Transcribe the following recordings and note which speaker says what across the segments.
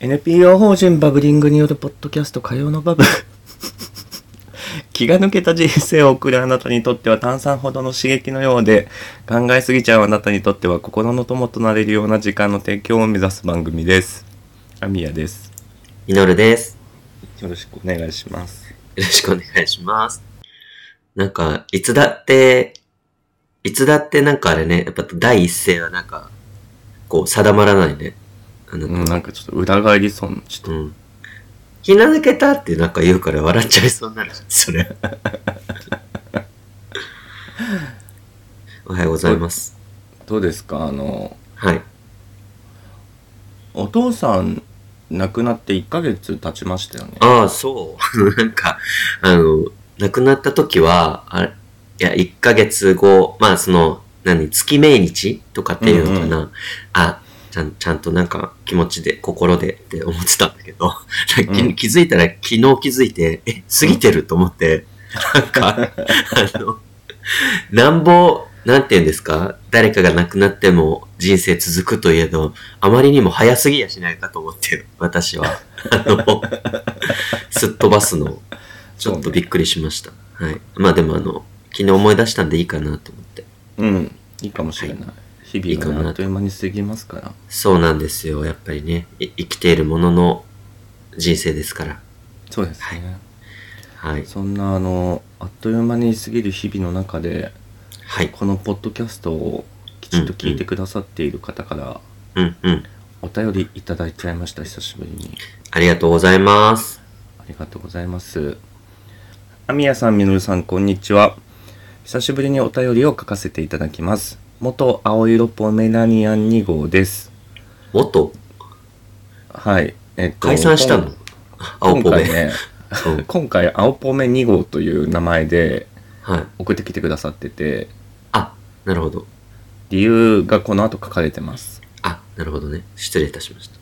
Speaker 1: NPO 法人バブリングによるポッドキャスト火曜のバブ 気が抜けた人生を送るあなたにとっては炭酸ほどの刺激のようで考えすぎちゃうあなたにとっては心の友となれるような時間の提供を目指す番組ですアミヤです
Speaker 2: ミノルです。
Speaker 1: よろしくお願いします
Speaker 2: よろしくお願いします。なんか、いつだって、いつだってなんかあれね、やっぱ第一声はなんか、こう定まらないね。あの、
Speaker 1: うんなんかちょっと裏返りそうなちょっと
Speaker 2: うん。気な抜けたってなんか言うから笑っちゃいそうになる。それ。おはようございます。
Speaker 1: どうですかあの
Speaker 2: はい。
Speaker 1: お父さん亡くなって1ヶ月経ちましたよね
Speaker 2: ああ、そう。 なんか、あの、亡くなった時は、あれいや、1ヶ月後、まあ、その、何、月命日とかっていうのかな。
Speaker 1: う
Speaker 2: あちゃん、ちゃんとなんか気持ちで、心でって思ってたんだけど、
Speaker 1: うん
Speaker 2: 気気づいたら、昨日気づいて、え、過ぎてると思って、なん か、あの、なんぼ、なんて言うんですか誰かが亡くなっても人生続くといえど、あまりにも早すぎやしないかと思ってる、私は。 あの、すっ飛ばすの、ちょっとびっくりしました。はい。まあでもあの、昨日思い出したんでいいかなと思って。
Speaker 1: うんいいかもしれない、
Speaker 2: い
Speaker 1: 日
Speaker 2: いか
Speaker 1: 々
Speaker 2: も
Speaker 1: が
Speaker 2: な
Speaker 1: あっという間に過ぎますから
Speaker 2: そうなんですよ、やっぱりね。い生きているものの人生ですから。
Speaker 1: そうですね、
Speaker 2: はい。
Speaker 1: そんなあのあっという間に過ぎる日々の中で
Speaker 2: はい。
Speaker 1: このポッドキャストをきちんと聞いてくださっている方から
Speaker 2: うんうん。
Speaker 1: お便りいただいちゃいました久しぶりに
Speaker 2: ありがとうございます。
Speaker 1: ありがとうございますアミヤさんみのるさんこんにちは久しぶりにお便りを書かせていただきます元青色ポメラニアン2号です
Speaker 2: もっと
Speaker 1: はいえっと
Speaker 2: 解散したの青
Speaker 1: 今
Speaker 2: ポ
Speaker 1: 回
Speaker 2: メ。
Speaker 1: ね
Speaker 2: うん
Speaker 1: 今回青ポメ2号という名前で
Speaker 2: はい。
Speaker 1: 送ってきてくださってて
Speaker 2: あ、なるほど。
Speaker 1: 理由がこの後書かれてます
Speaker 2: あ、なるほどね。失礼いたしました。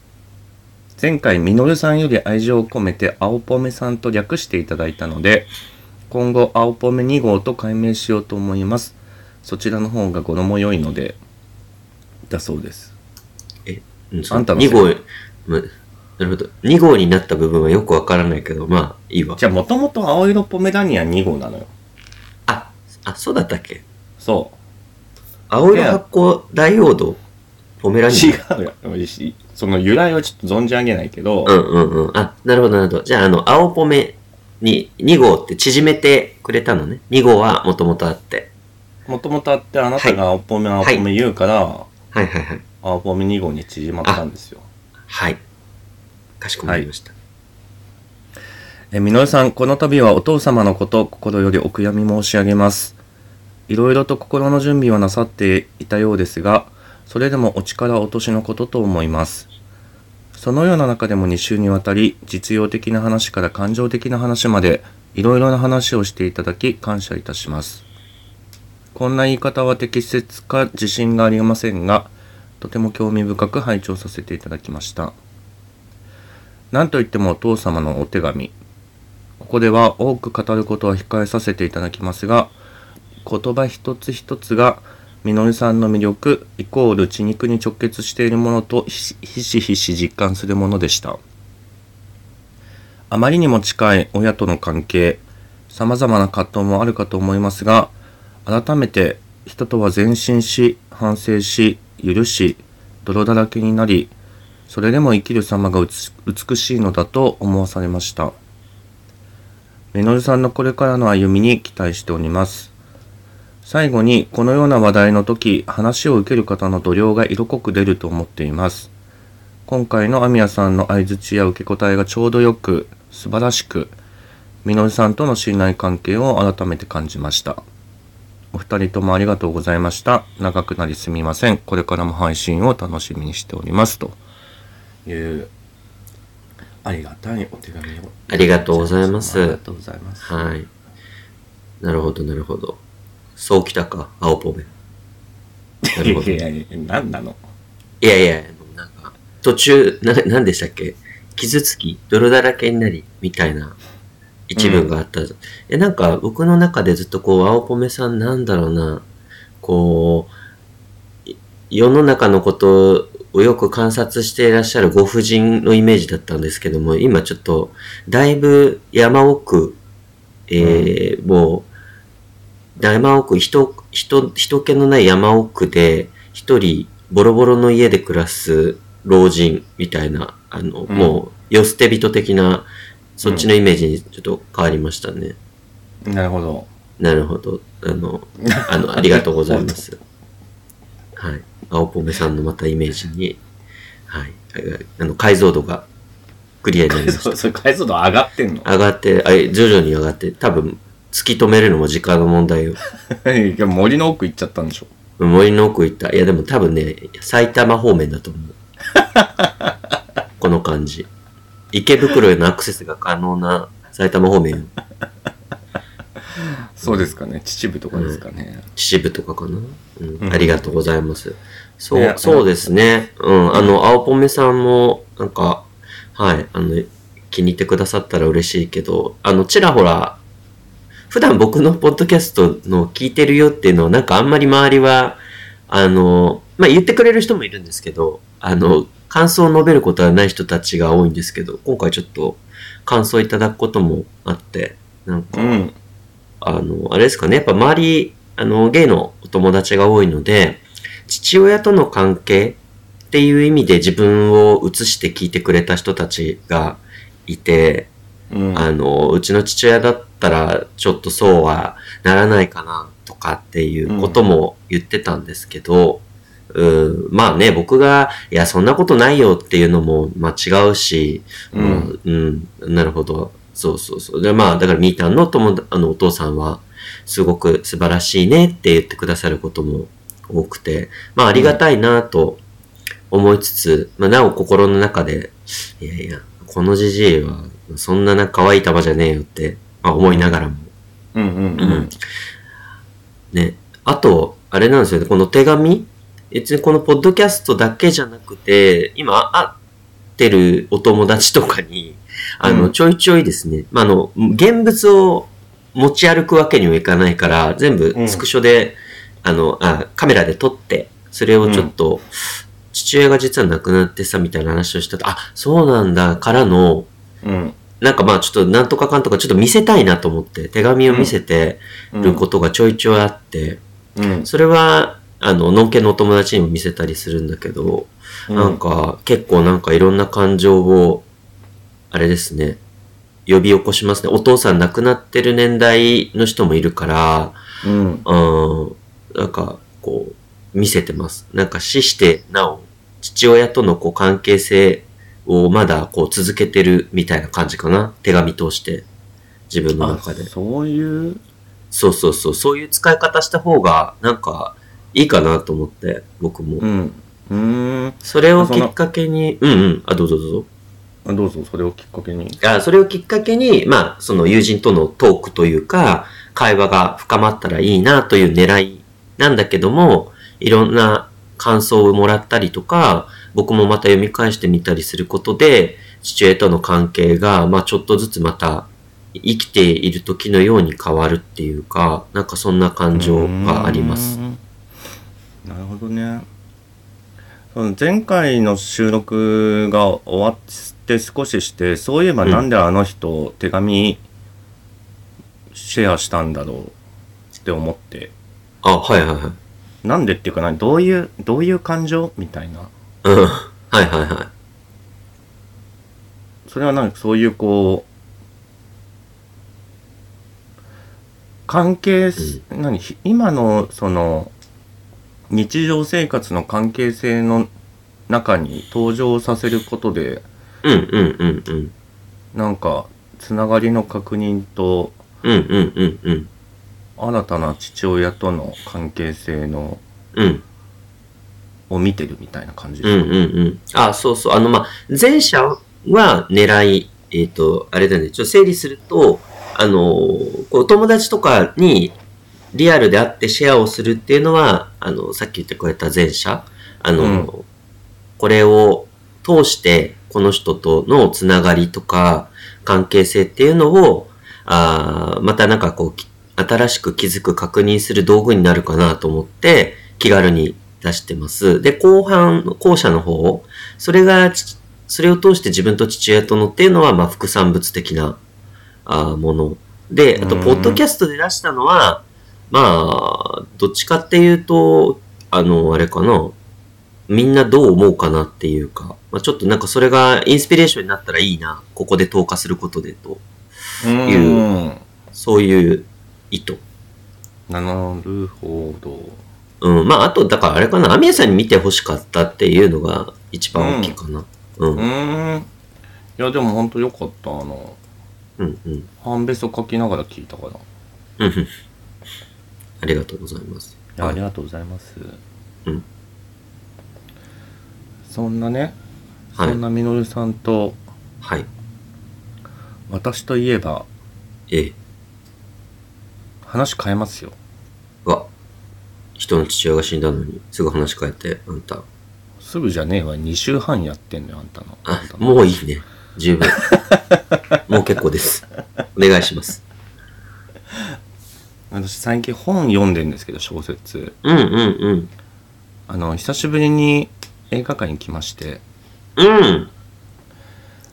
Speaker 1: 前回みのるさんより愛情を込めて青ポメさんと略していただいたので今後青ポメ2号と改名しようと思いますそちらの方が語呂も良いのでだそうです
Speaker 2: うん、
Speaker 1: あんたのせい
Speaker 2: 2号、まなるほど。2号になった部分はよくわからないけど、まあ、いいわ
Speaker 1: じ。ゃあもともと青色ポメラニアン2号なのよ
Speaker 2: あ、あ、そうだったっけ
Speaker 1: そ
Speaker 2: 青色発光ダイオード、ポメラ
Speaker 1: う
Speaker 2: ニ
Speaker 1: 違うよしその由来はちょっと存じ上げないけど、
Speaker 2: アン。うんうんうん。あ、なるほどなるほど。じゃあ、あの、青ポメに、2号って縮めてくれたのね。2号はもともとあって。
Speaker 1: もともとあってあなたが青ポメ青ポメ言うから、
Speaker 2: はいはいはい。
Speaker 1: 青ポメ2号に縮まったんですよ
Speaker 2: はい。かしこまりました。
Speaker 1: えー、みのるさん、この度はお父様のこと、心よりお悔やみ申し上げます。いろいろと心の準備はなさっていたようですが、それでもお力落としのことと思います。そのような中でも2週にわたり、実用的な話から感情的な話まで、いろいろな話をしていただき、感謝いたします。こんな言い方は適切か自信がありませんが、とても興味深く拝聴させていただきました。なんといってもお父様のお手紙、ここでは多く語ることは控えさせていただきますが言葉一つ一つがみのりさんの魅力イコール血肉に直結しているものとひしひしひし実感するものでしたあまりにも近い親との関係さまざまな葛藤もあるかと思いますが改めて人とは前進し反省し許し泥だらけになりそれでも生きる様がうつ美しいのだと思わされましたみのるさんのこれからの歩みに期待しております。最後に、このような話題の時、話を受ける方の度量が色濃く出ると思っています。今回のアミヤさんの相槌や受け答えがちょうどよく、素晴らしく、みのるさんとの信頼関係を改めて感じました。お二人ともありがとうございました。長くなりすみません。これからも配信を楽しみにしております。という、ありがたいお手紙を。
Speaker 2: ありがとうございま
Speaker 1: あり
Speaker 2: す
Speaker 1: が。とうございます。
Speaker 2: はい。なるほど、なるほど。そうきたか、青ポメ。なるほど。
Speaker 1: いやいやいや、何なの
Speaker 2: いやいや、なんか、途中、な、なんでしたっけ傷つき、泥だらけになり、みたいな一文があった。え、なんか、僕の中でずっとこう、青ポメさんなんだろうな、こう、い世の中のことをよく観察していらっしゃるご婦人のイメージだったんですけども、今ちょっと、だいぶ山奥、えーもう、山奥、人、人、人気のない山奥で、一人、ボロボロの家で暮らす老人みたいな、あの、
Speaker 1: うん
Speaker 2: もう、世捨て人的な、そっちのイメージにちょっと変わりましたね。
Speaker 1: なるほど。
Speaker 2: なるほど。あの、あの、ありがとうございます。はい。青ポメさんのまたイメージに、はい。あの、解像度がクリアになりまし
Speaker 1: そ
Speaker 2: た。
Speaker 1: う、それ解像度上がってんの
Speaker 2: 上がって、あ徐々に上がって、多分、突き止めるのも時間の問題を。
Speaker 1: いや森の奥行っちゃったんでしょ。
Speaker 2: 森の奥行った。いや、でも多分ね、埼玉方面だと思う。この感じ。池袋へのアクセスが可能な埼玉方面、
Speaker 1: そうですかね。秩父とかですかね。
Speaker 2: 秩父とかかな、うん
Speaker 1: うん
Speaker 2: ありがとうございます。そう、
Speaker 1: ね
Speaker 2: そうですね。うん、あの、青ポメさんも、なんか、はい、あの、気に入ってくださったら嬉しいけど、あの、ちらほら、普段僕のポッドキャストの聞いてるよっていうのは、なんかあんまり周りは、あの、まあ、言ってくれる人もいるんですけど、あの、感想を述べることはない人たちが多いんですけど、今回ちょっと感想いただくこともあって、なんか、
Speaker 1: うん。
Speaker 2: あの、あれですかね、やっぱ周り、あの、ゲイのお友達が多いので、父親との関係っていう意味で自分を映して聞いてくれた人たちがいて、
Speaker 1: うん。
Speaker 2: あの、うちの父親だったらちょっとそうはならないかなとかっていうことも言ってたんですけど、うん、まあね、僕が、いや、そんなことないよっていうのも、まあ違うし、
Speaker 1: うん。
Speaker 2: うん、なるほど。そうそうそう。で、まあ、だから、みーたんの友だあのお父さんは、すごく素晴らしいねって言ってくださることも多くて、まあ、ありがたいなと思いつつ、まあ、なお心の中で、いやいや、このじじいは、そんなな可愛い玉じゃねえよって、まあ、思いながらも。
Speaker 1: うんうん
Speaker 2: う
Speaker 1: うんん。
Speaker 2: ね、あと、あれなんですよね、この手紙別にこのポッドキャストだけじゃなくて、今会ってるお友達とかに、あの、
Speaker 1: うん
Speaker 2: ちょいちょいですね、まあ、あの、現物を持ち歩くわけにはいかないから、全部
Speaker 1: うん
Speaker 2: スクショで、あの、あ、カメラで撮って、それをちょっと、父親が実は亡くなってさ、みたいな話をしたと、あ、そうなんだ、からの、
Speaker 1: うん。
Speaker 2: なんかまあちょっとなんとかかんとかちょっと見せたいなと思って、手紙を見せてることがちょいちょいあって、
Speaker 1: うん。
Speaker 2: それは、あの、農家のお友達にも見せたりするんだけど、なんか、結構なんかいろんな感情を、あれですね、呼び起こしますね。お父さん亡くなってる年代の人もいるから、
Speaker 1: うん。
Speaker 2: うん、なんか、こう、見せてます。なんか死してなお、父親とのこう関係性をまだこう続けてるみたいな感じかな。手紙通して。自分の
Speaker 1: あ
Speaker 2: 中で。
Speaker 1: そういう。
Speaker 2: そうそうそう、そういう使い方した方が、なんか、いいかなと思って、僕も。
Speaker 1: うん。うーん。
Speaker 2: それをきっかけに、うんうん、あ、どうぞどうぞ。
Speaker 1: あどうぞ、それをきっかけに。
Speaker 2: あそれをきっかけに、まあ、その友人とのトークというか、会話が深まったらいいなという狙いなんだけども、いろんな感想をもらったりとか、僕もまた読み返してみたりすることで、父親との関係が、まあ、ちょっとずつまた、生きている時のように変わるっていうか、なんかそんな感情があります
Speaker 1: う。ーん。なるほどね。その前回の収録が終わって少しして、そういえば
Speaker 2: うん
Speaker 1: なんであの人手紙シェアしたんだろうって思って、
Speaker 2: あ、はいはいはい。
Speaker 1: なんでっていうかな、どういう、どういう感情みたいな。
Speaker 2: うん。はいはいは
Speaker 1: それはなんかそういうこう、関係す、何、ひ今のその、日常生活の関係性の中に登場させることで、
Speaker 2: い。うんうんうんうん。
Speaker 1: なんか、つながりの確認と、
Speaker 2: うんうんうんうん。
Speaker 1: 新たな父親との関係性の、
Speaker 2: うん
Speaker 1: を見てるみたいな感じ
Speaker 2: うんうんうん。あ、そうそう。あの、まあ、前者は狙い、えっ、と、あれだね、ちょっと整理すると、あのーこう、友達とかにリアルで会ってシェアをするっていうのは、あの、さっき言ってくれた前者、あのーこれを通して、この人とのつながりとか、関係性っていうのを、あーまたなんかこう、き新しく気づく確認する道具になるかなと思って、気軽に出してます。で、後半、後者の方、それが、ちそれを通して自分と父親とのっていうのは、まあ、副産物的なあーもの。で、あと、
Speaker 1: うん
Speaker 2: ポッドキャストで出したのは、まあ、どっちかっていうと、あの、あれかな、みんなどう思うかなっていうか、まあ、ちょっとなんかそれがインスピレーションになったらいいな、ここで投下することでと、
Speaker 1: うん。
Speaker 2: そういう意図。
Speaker 1: なるほど。
Speaker 2: うん、まあ、あと、だからあれかな、アミヤさんに見てほしかったっていうのが一番大きいかな。う
Speaker 1: う
Speaker 2: ん、うん、
Speaker 1: ーん。いや、でもほんとよかった。あの、
Speaker 2: うん、うん。
Speaker 1: 半べそ書きながら聞いたから。
Speaker 2: うんありがとうございます。
Speaker 1: ありがとうございます。
Speaker 2: うん
Speaker 1: そんなね、
Speaker 2: はい
Speaker 1: そんなみのるさんと、
Speaker 2: はい。
Speaker 1: 私といえば、
Speaker 2: ええ。
Speaker 1: 話変えますよ。
Speaker 2: うわ、人の父親が死んだのに、すぐ話変えて、あんた。
Speaker 1: すぐじゃねえわ、2週半やってんのよ、あんたの。
Speaker 2: あ
Speaker 1: んた、の
Speaker 2: もういいね。十 分。もう結構です。お願いします。
Speaker 1: 私最近本読んでんですけど、小説。
Speaker 2: うん、うん、うん。
Speaker 1: あの、久しぶりに映画館に来まして、
Speaker 2: うん。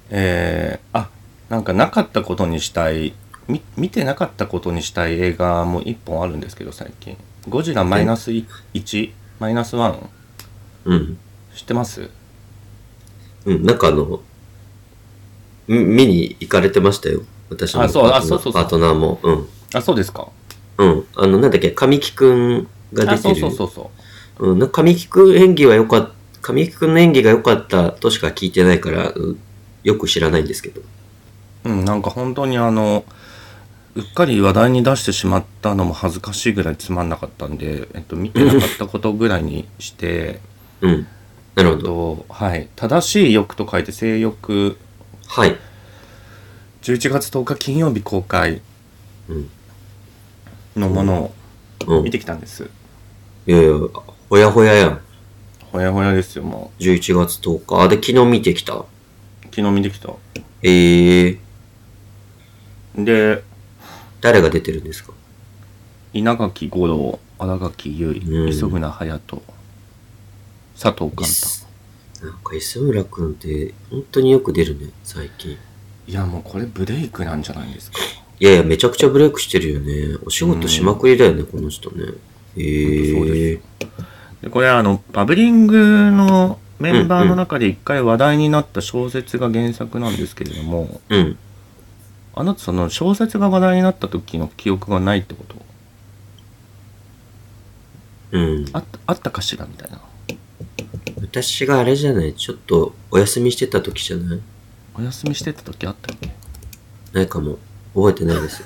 Speaker 1: えー、あ、なんかなかったことにしたい、み見てなかったことにしたい映画も1本あるんですけど、最近。ゴジラマイナス1、マイナス1、
Speaker 2: うん。
Speaker 1: 知ってます
Speaker 2: うん。なんかあの、み見に行かれてましたよ。私のパ
Speaker 1: あ
Speaker 2: ー
Speaker 1: そう
Speaker 2: トナ
Speaker 1: あそ
Speaker 2: ー
Speaker 1: うそうそう
Speaker 2: パートナーも。うん。
Speaker 1: あ、そうですか。
Speaker 2: うん。あの、なんだっけ、神木くんが
Speaker 1: あ、
Speaker 2: 出て
Speaker 1: そ
Speaker 2: る。
Speaker 1: うそうそうそう。
Speaker 2: うん、なんか神木くん演技は良かった、神木くんの演技が良かったとしか聞いてないから、うんよく知らないんですけど。
Speaker 1: うん、なんか本当にあの、うっかり話題に出してしまったのも恥ずかしいぐらいつまんなかったんで、えっと、見てなかったことぐらいにして、
Speaker 2: うん。なる
Speaker 1: え
Speaker 2: ほ
Speaker 1: っ
Speaker 2: ど。
Speaker 1: と、はい、正しい欲と書いて性欲、
Speaker 2: はい。
Speaker 1: 11月10日金曜日公開
Speaker 2: うん。
Speaker 1: のもの
Speaker 2: う
Speaker 1: を
Speaker 2: ん。
Speaker 1: 見
Speaker 2: い
Speaker 1: てきたんです。
Speaker 2: やいや、ほやほややん。
Speaker 1: ほやほやですよ、も
Speaker 2: 11月10日。あ、で、昨日見てきた。
Speaker 1: う。昨日見てきた。
Speaker 2: えー、
Speaker 1: で、
Speaker 2: 誰が出てるんですか
Speaker 1: 稲垣吾郎、新垣結
Speaker 2: うん
Speaker 1: 衣、磯村隼人、佐藤寛太。
Speaker 2: なんか、磯村くんって、本当によく出るね、最近。
Speaker 1: いや、もうこれブレイクなんじゃないですか。
Speaker 2: いやいや、めちゃくちゃブレイクしてるよね。お仕事しまくりだよね、この人ね。えー、
Speaker 1: そうででこれあのバブリングのメンバーの中で一回話題になった小説が原作なんですけれども、
Speaker 2: うん。
Speaker 1: あなたその小説が話題になった時の記憶がないってこと
Speaker 2: うん。
Speaker 1: あったあったかしらみたいな
Speaker 2: 私があれじゃないちょっとお休みしてた時じゃない
Speaker 1: お休みしてた時あったっけ
Speaker 2: ないかも。覚えてないです。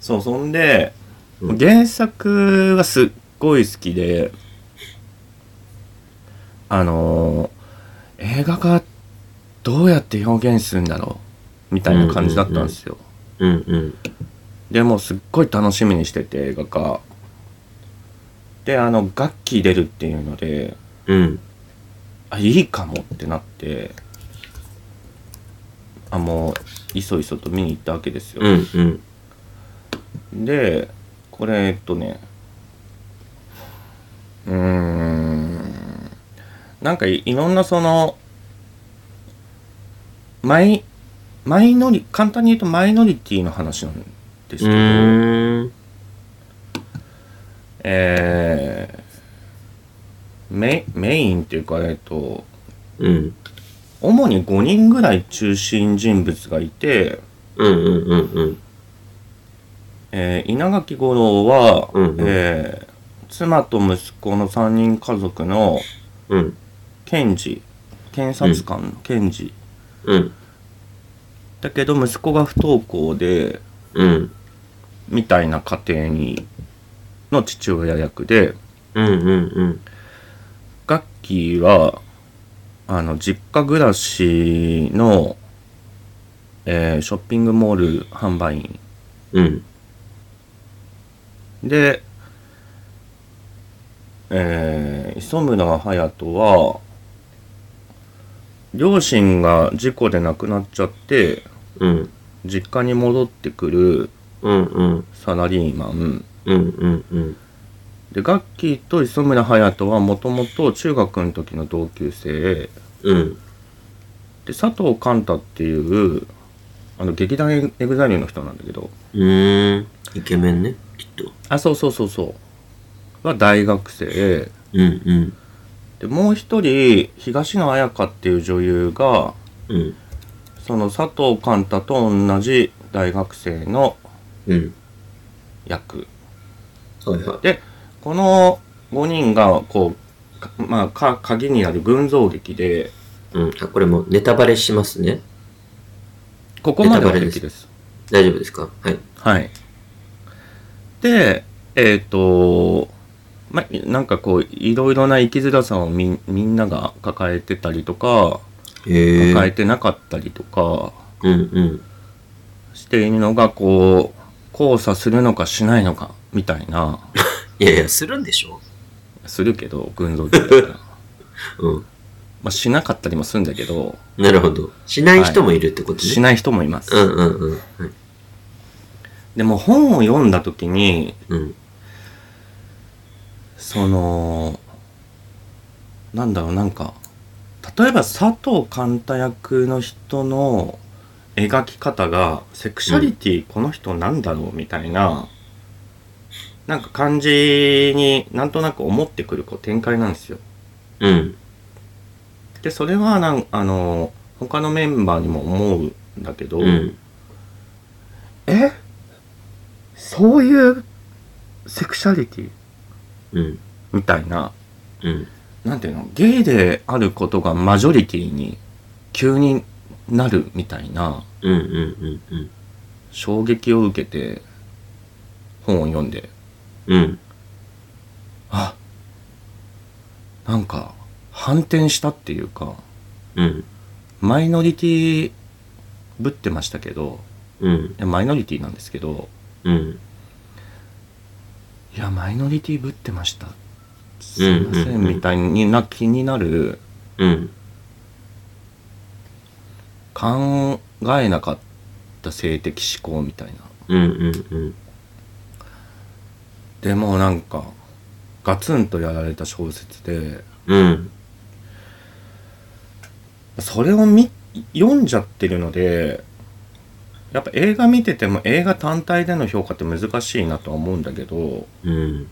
Speaker 1: そうそんで、
Speaker 2: うん
Speaker 1: 原作がすっごい好きであのー映画がどうやって表現するんだろうみたいな感じだったんですよ、
Speaker 2: うんうん。
Speaker 1: でもうすっごい楽しみにしてて映画化であの楽器出るっていうので
Speaker 2: うん。
Speaker 1: あいいかもってなってあもういそいそと見に行ったわけですよ
Speaker 2: う、んうん。
Speaker 1: でこれえっとねうーんなんかいいろんなそのマイマイノリ簡単に言うとマイノリティの話なんですけど、
Speaker 2: うーん。
Speaker 1: えーメイメインっていうか、えっと、
Speaker 2: うん。
Speaker 1: 主に5人ぐらい中心人物がいて、
Speaker 2: うんうんうんうん。
Speaker 1: えー稲垣吾郎は、
Speaker 2: うんうん
Speaker 1: えー妻と息子の3人家族の
Speaker 2: うん。
Speaker 1: 検事、検察官の検事、
Speaker 2: うん。
Speaker 1: だけど息子が不登校で、
Speaker 2: うん。
Speaker 1: みたいな家庭に、の父親役で、
Speaker 2: うんうんうん。
Speaker 1: ガッキーは、あの、実家暮らしの、えーショッピングモール販売員。
Speaker 2: うん。
Speaker 1: で、えー磯村隼人は、両親が事故で亡くなっちゃって、
Speaker 2: うん。
Speaker 1: 実家に戻ってくる
Speaker 2: うんうん。
Speaker 1: サラリーマン。
Speaker 2: うんうんうん。
Speaker 1: でガッキーと磯村勇斗はもともと中学の時の同級生
Speaker 2: うん。
Speaker 1: で佐藤寛太っていうあの劇団エグザイルの人なんだけど
Speaker 2: うーん。イケメンね、きっと。
Speaker 1: あそうそうそうそうは大学生
Speaker 2: うんうん。
Speaker 1: でもう一人東野綾香っていう女優が
Speaker 2: うん。
Speaker 1: その佐藤寛太と同じ大学生の
Speaker 2: うん。
Speaker 1: 役
Speaker 2: はいは
Speaker 1: でこの5人がこうかまあか鍵になる群像劇で
Speaker 2: い。うん。あ、これもうネタバレしますね。
Speaker 1: ここまでは
Speaker 2: ネタバレ
Speaker 1: 平
Speaker 2: です
Speaker 1: 気です
Speaker 2: 大丈夫ですかはい。
Speaker 1: はい。で、えっ、と、ま、なんかこう、いろいろな生きづらさをみみんなが抱えてたりとか、
Speaker 2: へえ。
Speaker 1: 抱えてなかったりとか
Speaker 2: うんうん。
Speaker 1: しているのが、こう、交差するのかしないのか、みたいな、
Speaker 2: いやいや、するんでしょ
Speaker 1: するけど、群像劇だ から。
Speaker 2: うん。
Speaker 1: まあ、しなかったりもするんだけど、
Speaker 2: なるほど。しない人もいるってことね。
Speaker 1: しない人もいます。
Speaker 2: うんうんうん。はい
Speaker 1: でも本を読んだ時に、
Speaker 2: うん。
Speaker 1: そのなんだろうなんか例えば佐藤寛太役の人の描き方がセクシャリティこの人なんだろうみたいな、なんか感じになんとなく思ってくるこう展開なんですよ。
Speaker 2: うん。
Speaker 1: でそれはなんあの他のメンバーにも思うんだけど、
Speaker 2: うん。
Speaker 1: えそういうセクシャリティ
Speaker 2: うん。
Speaker 1: みたいな
Speaker 2: うん。
Speaker 1: なんていうのゲイであることがマジョリティに急になるみたいな
Speaker 2: うんうんうんうん。
Speaker 1: 衝撃を受けて本を読んで
Speaker 2: うん。
Speaker 1: あなんか反転したっていうか
Speaker 2: うん。
Speaker 1: マイノリティぶってましたけど
Speaker 2: うん。
Speaker 1: いやマイノリティなんですけど
Speaker 2: うん。
Speaker 1: いやマイノリティぶってましたす
Speaker 2: うん
Speaker 1: いませ
Speaker 2: うん
Speaker 1: ん
Speaker 2: うん
Speaker 1: みたいにな気になる
Speaker 2: うん。
Speaker 1: 考えなかった性的思考みたいな
Speaker 2: うんうんうん。
Speaker 1: でもなんかガツンとやられた小説で
Speaker 2: うん。
Speaker 1: それを見読んじゃってるのでやっぱ映画見てても映画単体での評価って難しいなとは思うんだけど
Speaker 2: うん。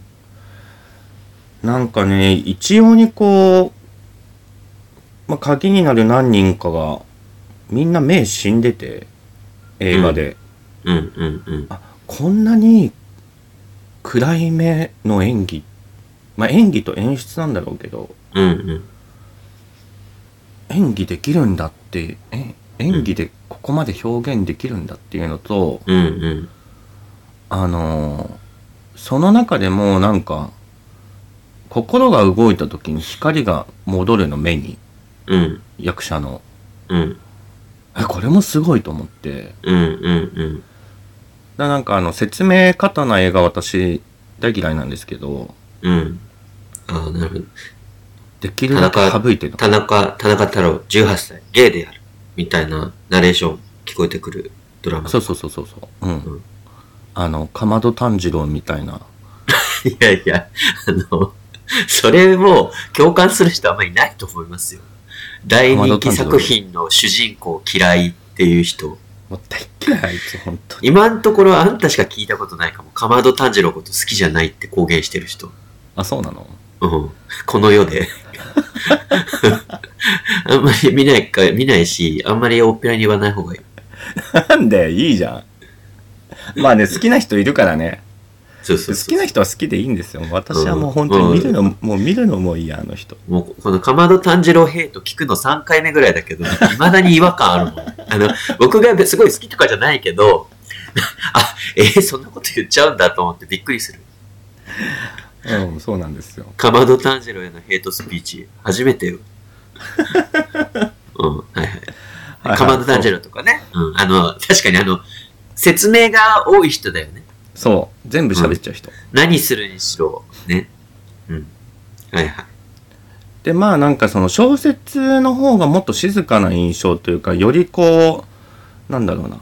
Speaker 1: なんかね一様にこう、まあ、鍵になる何人かがみんな目死んでて映画で、
Speaker 2: うんうんうん。
Speaker 1: あこんなに暗い目の演技まあ演技と演出なんだろうけど
Speaker 2: うんうん。
Speaker 1: 演技できるんだってえ演技でここまで表現できるんだっていうのと、
Speaker 2: うんうん。
Speaker 1: あのーその中でもなんか心が動いた時に光が戻るの目に
Speaker 2: うん。
Speaker 1: 役者の
Speaker 2: うん。
Speaker 1: えこれもすごいと思って
Speaker 2: うんうんうん。
Speaker 1: だなんかあの説明方な映画私大嫌いなんですけど
Speaker 2: うん。ああ、なるほど。
Speaker 1: できるだけ省いてる
Speaker 2: 田中、田中太郎、18歳、ゲイである。みたいなナレーション聞こえてくるドラマ。
Speaker 1: そうそうそうそうそううん、
Speaker 2: うん
Speaker 1: あのかまど炭治郎みたいない
Speaker 2: やいや、あの、それも共感する人あんまりいないと思いますよ。大人気作品の主人公嫌いっていう人。
Speaker 1: もう大嫌いあいつ本当に
Speaker 2: 今のところあんたしか聞いたことないかも。かまど炭治郎のこと好きじゃないって公言してる人。
Speaker 1: あそうなの
Speaker 2: うん。この世で。 あんまり見ないか、見ないし、あんまり大っぴらに言わない方がいい。
Speaker 1: なんでいいじゃん。まあね、好きな人いるからね。
Speaker 2: そうそ
Speaker 1: 好
Speaker 2: うそう
Speaker 1: きな人は好きでいいんですよ。私はもう本当に見るの、もう見るのもいいや、あの人。
Speaker 2: もう、このかまど炭治郎ヘイト聞くの3回目ぐらいだけど、未だに違和感あるもん。 あの、僕がすごい好きとかじゃないけど、 あ、えーそんなこと言っちゃうんだと思ってびっくりする。
Speaker 1: うん、そうなんですよ。
Speaker 2: かまど炭治郎へのヘイトスピーチ、初め てよ。うん、はいはい。かまど炭治郎とかね。うん、あの、確かにあの、説明が多い人だよね。
Speaker 1: そう。全部喋っちゃう人。
Speaker 2: 何するにしろ、ね。うん。はいはい。
Speaker 1: で、まあなんかその小説の方がもっと静かな印象というか、よりこう、なんだろうな。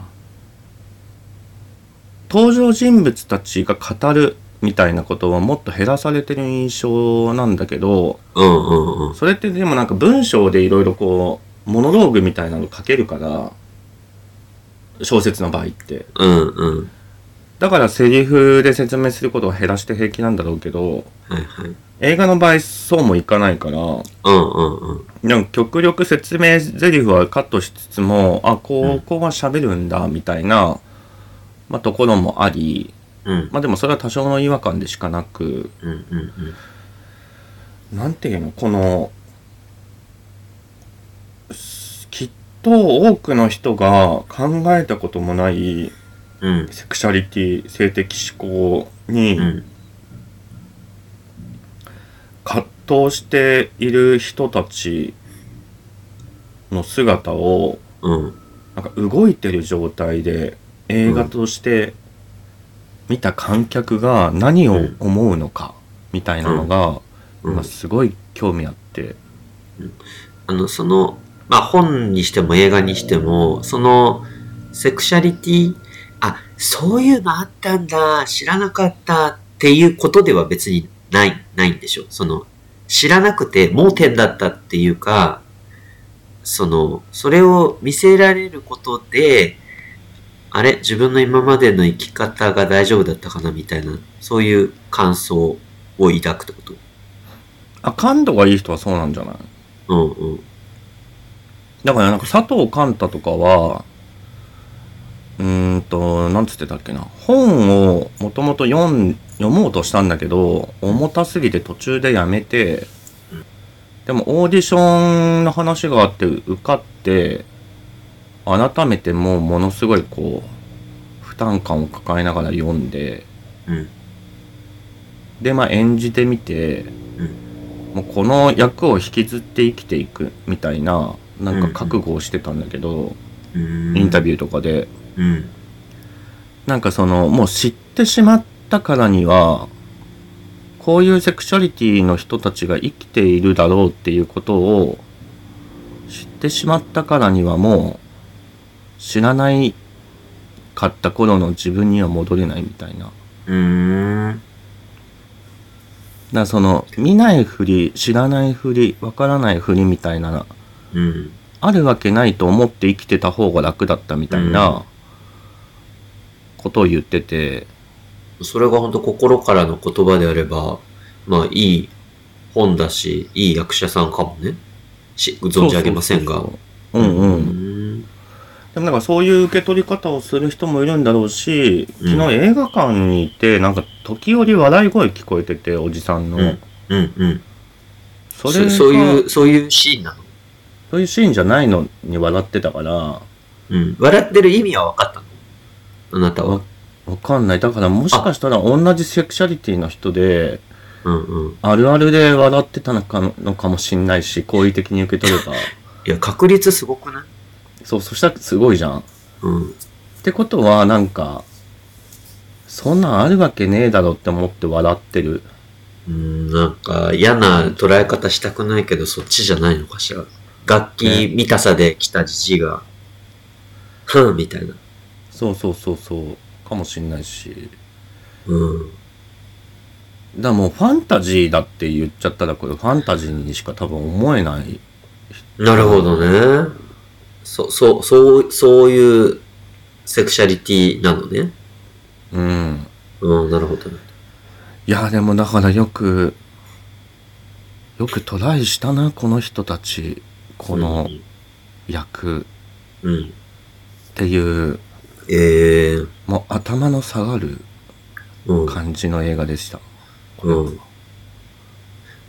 Speaker 1: 登場人物たちが語るみたいなことはもっと減らされてる印象なんだけど、
Speaker 2: うんうんうん。
Speaker 1: それってでもなんか文章でいろいろこう、モノローグみたいなの書けるから、小説の場合って。
Speaker 2: うんうん。
Speaker 1: だからセリフで説明することを減らして平気なんだろうけど、
Speaker 2: はいはい。
Speaker 1: 映画の場合そうもいかないから、
Speaker 2: うんうんうん。
Speaker 1: なんか極力説明セリフはカットしつつも、あ、ここは喋るんだ、みたいな、まあ、ところもあり、
Speaker 2: うん
Speaker 1: まあでもそれは多少の違和感でしかなく、
Speaker 2: うんうんうん。
Speaker 1: なんていうのこのすきっと多くの人が考えたこともない
Speaker 2: うん
Speaker 1: セクシャリティ性的思考に
Speaker 2: うん
Speaker 1: 葛藤している人たちの姿を
Speaker 2: うん
Speaker 1: なんか動いてる状態で映画として見た観客が何を思うのかみたいなのが
Speaker 2: うん
Speaker 1: 今。すごい興味あって。
Speaker 2: あの、その、まあ本にしても映画にしても、その、セクシャリティ、あ、そういうのあったんだ、知らなかったっていうことでは別にない、ないんでしょ。その、知らなくて盲点だったっていうか、その、それを見せられることで、あれ自分の今までの生き方が大丈夫だったかなみたいな、そういう感想を抱くってこと。
Speaker 1: あ、感度がいい人はそうなんじゃない
Speaker 2: うんうん。
Speaker 1: だからなんか佐藤寛太とかは、うーんと、なんつってたっけな。本をもともと読ん読もうとしたんだけど、重たすぎて途中でやめて、でもオーディションの話があって受かって、改めてもうものすごいこう、負担感を抱えながら読んで、
Speaker 2: うん。
Speaker 1: で、まあ演じてみて、もうこの役を引きずって生きていくみたいな、なんか覚悟をしてたんだけど、
Speaker 2: うん。
Speaker 1: インタビ
Speaker 2: ュ
Speaker 1: ューとかで、
Speaker 2: ー。うん。
Speaker 1: なんかその、もう知ってしまったからには、こういうセクシャリティの人たちが生きているだろうっていうことを知ってしまったからにはもう知らないかった頃の自分には戻れないみたいな。だか
Speaker 2: うーん。
Speaker 1: らその見ないふり、知らないふり、わからないふりみたいな、
Speaker 2: うん。
Speaker 1: あるわけないと思って生きてた方が楽だったみたいなことを言ってて、
Speaker 2: それが本当心からの言葉であれば、まあいい本だし、いい役者さんかもね。し、存じ上げませんが。
Speaker 1: そううそうそうそううんうん。
Speaker 2: ん。
Speaker 1: でもなんかそういう受け取り方をする人もいるんだろうし、
Speaker 2: うん
Speaker 1: 昨日映画館にいて、なんか時折笑い声聞こえてて、おじさんの。
Speaker 2: うんうんうん。
Speaker 1: そ
Speaker 2: そ
Speaker 1: れが
Speaker 2: そ
Speaker 1: そうう
Speaker 2: い
Speaker 1: いう、
Speaker 2: う、そういうシーンなの
Speaker 1: そういうシーンじゃないのに笑ってたから、
Speaker 2: うん。笑ってる意味は分かったのあなたは。
Speaker 1: わかんない。だからもしかしたら同じセクシャリティの人で、
Speaker 2: うんうん。
Speaker 1: あるあるで笑ってたのかのかもしんないし、好意的に受け取 れば。
Speaker 2: いや、確率すごくない
Speaker 1: そう、そしたらすごいじゃん。っ
Speaker 2: うん。
Speaker 1: てことは、なんか、そんなんあるわけねえだろって思って笑ってる。
Speaker 2: うん、なんか嫌な捉え方したくないけど、そっちじゃないのかしら。楽器見たさで来たじじいが、ふんみたいな。
Speaker 1: そうそうそうそうかもしんないし
Speaker 2: うん。
Speaker 1: だからもうファンタジーだって言っちゃったらこれファンタジーにしか多分思えない
Speaker 2: なるほどね。そ、そう、そう、そういうセクシャリティなのね。
Speaker 1: うん
Speaker 2: うん、なるほどね。
Speaker 1: いやでもだからよくよくトライしたなこの人たちこの役
Speaker 2: うん。うん。
Speaker 1: っていう
Speaker 2: ええー、
Speaker 1: もう頭の下がる
Speaker 2: うん。
Speaker 1: 感じの映画でした
Speaker 2: うん。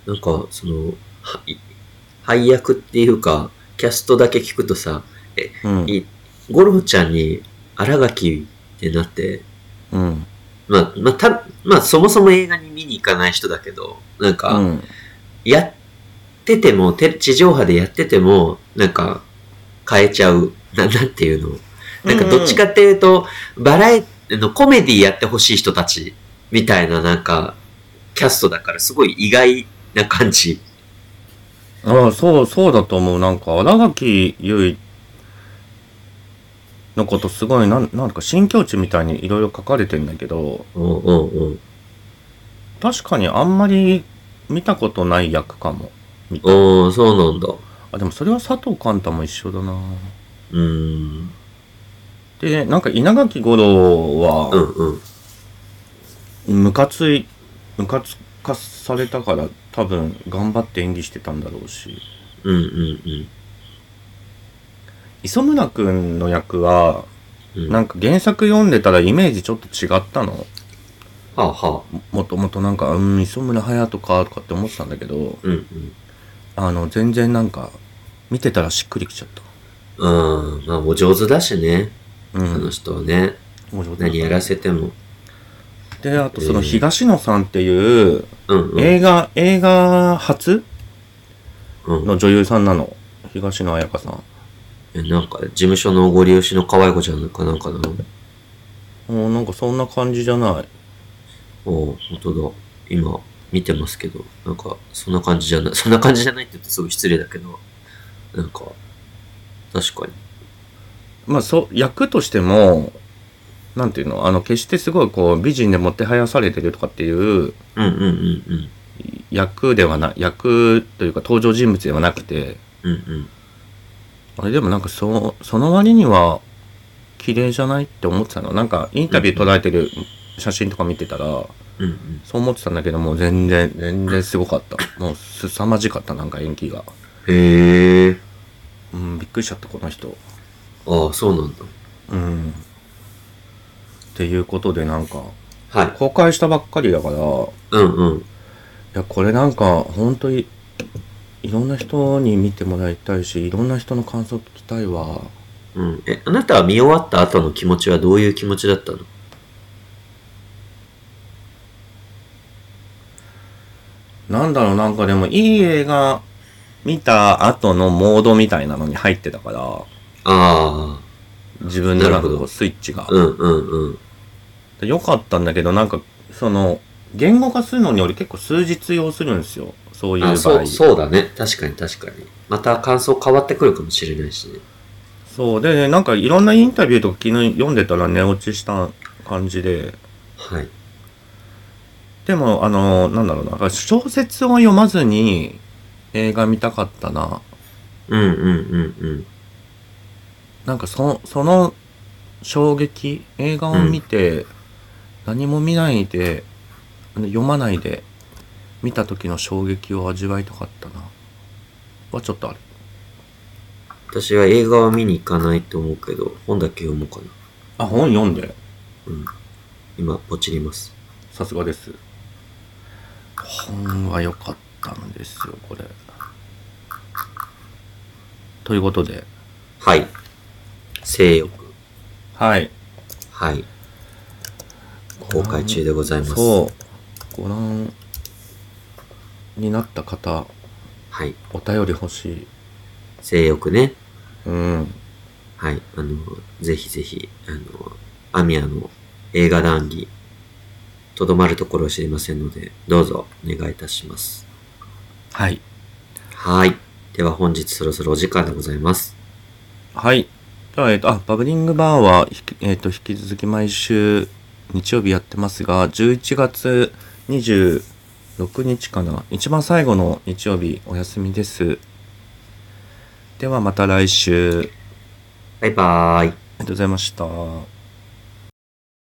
Speaker 2: なんか、その、はい配役っていうか、キャストだけ聞くとさ、
Speaker 1: うん
Speaker 2: いゴロちゃんに新垣ってなって、
Speaker 1: うん
Speaker 2: まあ、まあ、た、まあ、そもそも映画に見に行かない人だけど、なんか、
Speaker 1: うん
Speaker 2: やってても、て地上波でやってても、なんか、変えちゃう。な、なんていうのなんか、どっちかっていうと、バラエティのコメディやってほしい人たち、みたいな、なんか、キャストだから、すごい意外な感じ。
Speaker 1: ああそうそうだと思うなんか新垣結衣のことすごいなんなんか新境地みたいにいろいろ書かれてんだけど
Speaker 2: うんうんうん。
Speaker 1: 確かにあんまり見たことない役かも。みたい
Speaker 2: おー、そうなんだ。
Speaker 1: あ、でもそれは佐藤寛太も一緒だな。
Speaker 2: うーん。
Speaker 1: で、なんか稲垣吾郎
Speaker 2: う
Speaker 1: は、
Speaker 2: んうん。
Speaker 1: ムカつい、ムカつかされたから多分頑張って演技してたんだろうし。
Speaker 2: うんうん
Speaker 1: 磯村くんの役は、
Speaker 2: うん。
Speaker 1: なんか原作読んでたらイメージちょっと違ったの。
Speaker 2: はあはあ。
Speaker 1: もともとなんか、うん、磯村隼人かとかって思ってたんだけど、
Speaker 2: うんうん。
Speaker 1: あの、全然なんか、見てたらしっくりきちゃった。
Speaker 2: うん。まあ、お上手だしね。
Speaker 1: う
Speaker 2: あ
Speaker 1: ん
Speaker 2: の。人はね。
Speaker 1: お上手だ
Speaker 2: 何やらせても。
Speaker 1: で、あとその
Speaker 2: えー
Speaker 1: 東野さんっていう、
Speaker 2: うんうん。
Speaker 1: 映画、映画初
Speaker 2: うん、
Speaker 1: の女優さんなの。東野彩香さん。
Speaker 2: えなんか、事務所のご利用しの可愛い子ちゃんかなんかなの
Speaker 1: もうなんかそんな感じじゃない。
Speaker 2: おお本当だ。今、見てますけど、なんか、そんな感じじゃない、そんな感じじゃないって言うとすごい失礼だけど、なんか、確かに。
Speaker 1: まあ、そう、役としても、なんていうのあの、決してすごいこう、美人でもてはやされてるとかっていう
Speaker 2: うんうんうんうん。
Speaker 1: 役ではな、役というか登場人物ではなくて、
Speaker 2: うん
Speaker 1: あれでもなんかそ、その割には、綺麗じゃないって思ってたの。なんか、インタビュー捉えてる写真とか見てたら、
Speaker 2: うん。うんうん。
Speaker 1: そう思ってたんだけど、もう全然、全然すごかった。もう凄まじかった、なんか演技が。
Speaker 2: へえ。
Speaker 1: うん、びっくりしちゃった、この人。
Speaker 2: ああ、そうなんだ。
Speaker 1: うん。っていうことで、なんか、
Speaker 2: はい。
Speaker 1: 公開したばっかりだから、い
Speaker 2: うんうん。
Speaker 1: や、これなんか、本当に、いろんな人に見てもらいたいし、いろんな人の感想聞きたいわ。
Speaker 2: うん、え、あなたは見終わった後の気持ちはどういう気持ちだったの
Speaker 1: なんだろう、なんかでも、いい映画見た後のモードみたいなのに入ってたから、
Speaker 2: あ
Speaker 1: 自分の
Speaker 2: なる
Speaker 1: 中
Speaker 2: ほど
Speaker 1: のスイッチが
Speaker 2: あ、。うんうんうん。
Speaker 1: で良かったんだけど、なんか、その、言語化するのに俺結構数日要するんですよ。そういう場合。
Speaker 2: あそう、そうだね。確かに確かに。また感想変わってくるかもしれないしね。
Speaker 1: そうで、なんかいろんなインタビューとか昨日読んでたら寝落ちした感じで、
Speaker 2: はい。
Speaker 1: でも、あの、なんだろうな、だから小説を読まずに映画見たかったな。
Speaker 2: うんうんうんうん。
Speaker 1: なんかそその衝撃、映画を見て、何も見ないで、あの読まないで、見た時の衝撃を味わいたかったな。はちょっとある。
Speaker 2: 私は映画は見に行かないと思うけど、本だけ読もうかな。
Speaker 1: あ、本読んで。
Speaker 2: うん。今、ポチります。
Speaker 1: さすがです。本は良かったんですよ、これ。ということで、
Speaker 2: はい。性欲。
Speaker 1: はい。
Speaker 2: はい。公開中でございます。
Speaker 1: そう。ご覧になった方、
Speaker 2: はい。
Speaker 1: お便り欲しい。
Speaker 2: 性欲ね。
Speaker 1: うん。
Speaker 2: はい。あの、ぜひぜひ、あの、アミヤの映画談義、とどまるところを知りませんので、どうぞお願いいたします。
Speaker 1: はい。
Speaker 2: はい。では本日そろそろお時間でございます。
Speaker 1: はい。では、えっと、あ、バブリングバーは、ひきえっと、引き続き毎週日曜日やってますが、11月26日かな。一番最後の日曜日お休みです。では、また来週。
Speaker 2: バイバーイ。
Speaker 1: ありがとうございました。